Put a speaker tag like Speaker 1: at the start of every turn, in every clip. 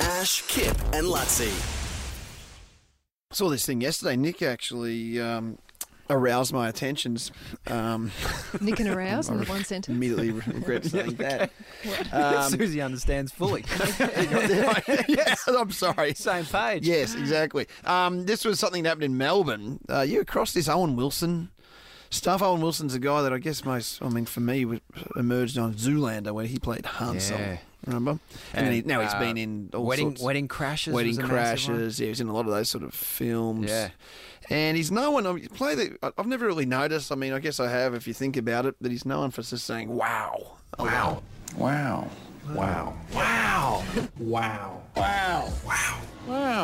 Speaker 1: Ash, Kip, and Lutzi.
Speaker 2: I saw this thing yesterday. Nick actually um, aroused my attentions. Um,
Speaker 3: Nick and arouse in the one sentence.
Speaker 2: immediately regret saying that. Um,
Speaker 4: Susie understands fully.
Speaker 2: yes, I'm sorry.
Speaker 4: Same page.
Speaker 2: Yes, exactly. Um, this was something that happened in Melbourne. Uh, you across this Owen Wilson stuff. Owen Wilson's a guy that I guess most, I mean, for me, was- emerged on Zoolander where he played Hansel.
Speaker 4: Yeah.
Speaker 2: Remember? And, then he, now he's
Speaker 4: uh,
Speaker 2: been in all
Speaker 4: wedding
Speaker 2: sorts.
Speaker 4: wedding crashes.
Speaker 2: Wedding
Speaker 4: was a massive one.
Speaker 2: Crashes. Yeah, he's in a lot of those sort of films.
Speaker 4: Yeah.
Speaker 2: And he's known. I mean, play the. I- I've never really noticed. I mean, I guess I have if you think about it. That he's known for just saying "Wow, wow,
Speaker 5: Wow. Wow.
Speaker 2: wow."
Speaker 5: Wow. Wow. Wow.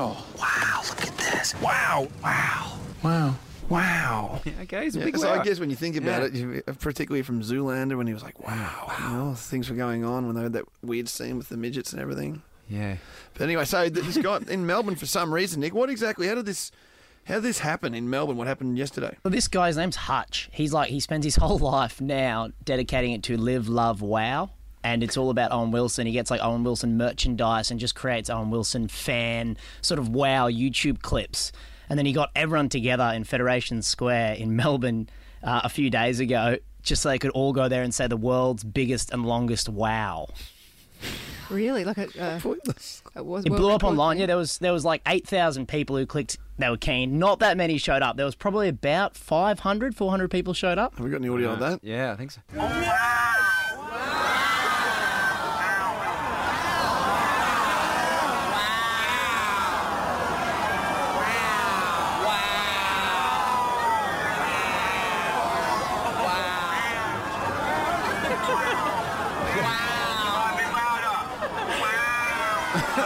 Speaker 5: Wow. Wow. Look at this. Wow. Wow. Wow. Wow.
Speaker 4: Yeah, Okay, he's a
Speaker 2: Yeah,
Speaker 4: big
Speaker 2: so I
Speaker 4: wow.
Speaker 2: guess when you think about
Speaker 4: Yeah.
Speaker 2: it, you, particularly from Zoolander, when he was like, "Wow, wow," you know, things were going on when they had that weird scene with the midgets and everything.
Speaker 4: Yeah.
Speaker 2: But anyway, so th- this guy in Melbourne for some reason, Nick. What exactly? How did this? How did this happen in Melbourne? What happened yesterday?
Speaker 6: Well, this guy's name's Hutch. He's like he spends his whole life now dedicating it to live, love, wow, and it's all about Owen Wilson. He gets like Owen Wilson merchandise and just creates Owen Wilson fan sort of wow YouTube clips. And then he got everyone together in Federation Square in Melbourne uh, a few days ago, just so they could all go there and say the world's biggest and longest wow.
Speaker 3: Really? Like a, uh,
Speaker 2: Pointless.
Speaker 3: it was
Speaker 6: It
Speaker 3: world
Speaker 6: blew up
Speaker 3: record
Speaker 6: online.
Speaker 3: thing?
Speaker 6: Yeah, there was there was like eight thousand people who clicked. They were keen. Not that many showed up. There was probably about 500, 400 people showed up.
Speaker 2: Have we got any audio of that?
Speaker 4: Yeah, I think so.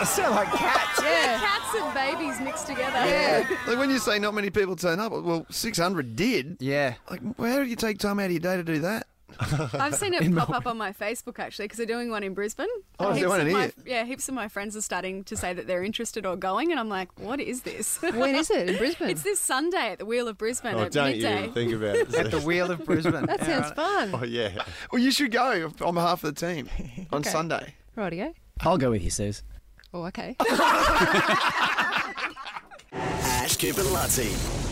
Speaker 4: Sound like cats.
Speaker 3: Yeah. Cats and babies mixed together. Yeah.
Speaker 2: Like when you say not many people turn up, well, six hundred did.
Speaker 4: Yeah.
Speaker 2: Like, well, how do you take time out of your day to do that?
Speaker 7: I've seen it pop up on my Facebook actually because they're doing one in Brisbane.
Speaker 2: Oh, is there
Speaker 7: Heaps
Speaker 2: one
Speaker 7: of
Speaker 2: in
Speaker 7: my-
Speaker 2: here?
Speaker 7: Yeah, heaps of my friends are starting to say that they're interested or going, and I'm like, what is this?
Speaker 3: When is it in Brisbane?
Speaker 7: it's this Sunday at the Wheel of Brisbane
Speaker 8: Oh,
Speaker 7: at
Speaker 8: don't
Speaker 7: midday.
Speaker 8: you think about it.
Speaker 4: At the wheel of Brisbane.
Speaker 3: that sounds fun.
Speaker 8: oh, yeah.
Speaker 2: Well, you should go on behalf of the team on Sunday.
Speaker 3: Rightio.
Speaker 6: I'll go with you, Suze.
Speaker 3: Oh, okay.
Speaker 1: Ash, Kip, and Lutzi.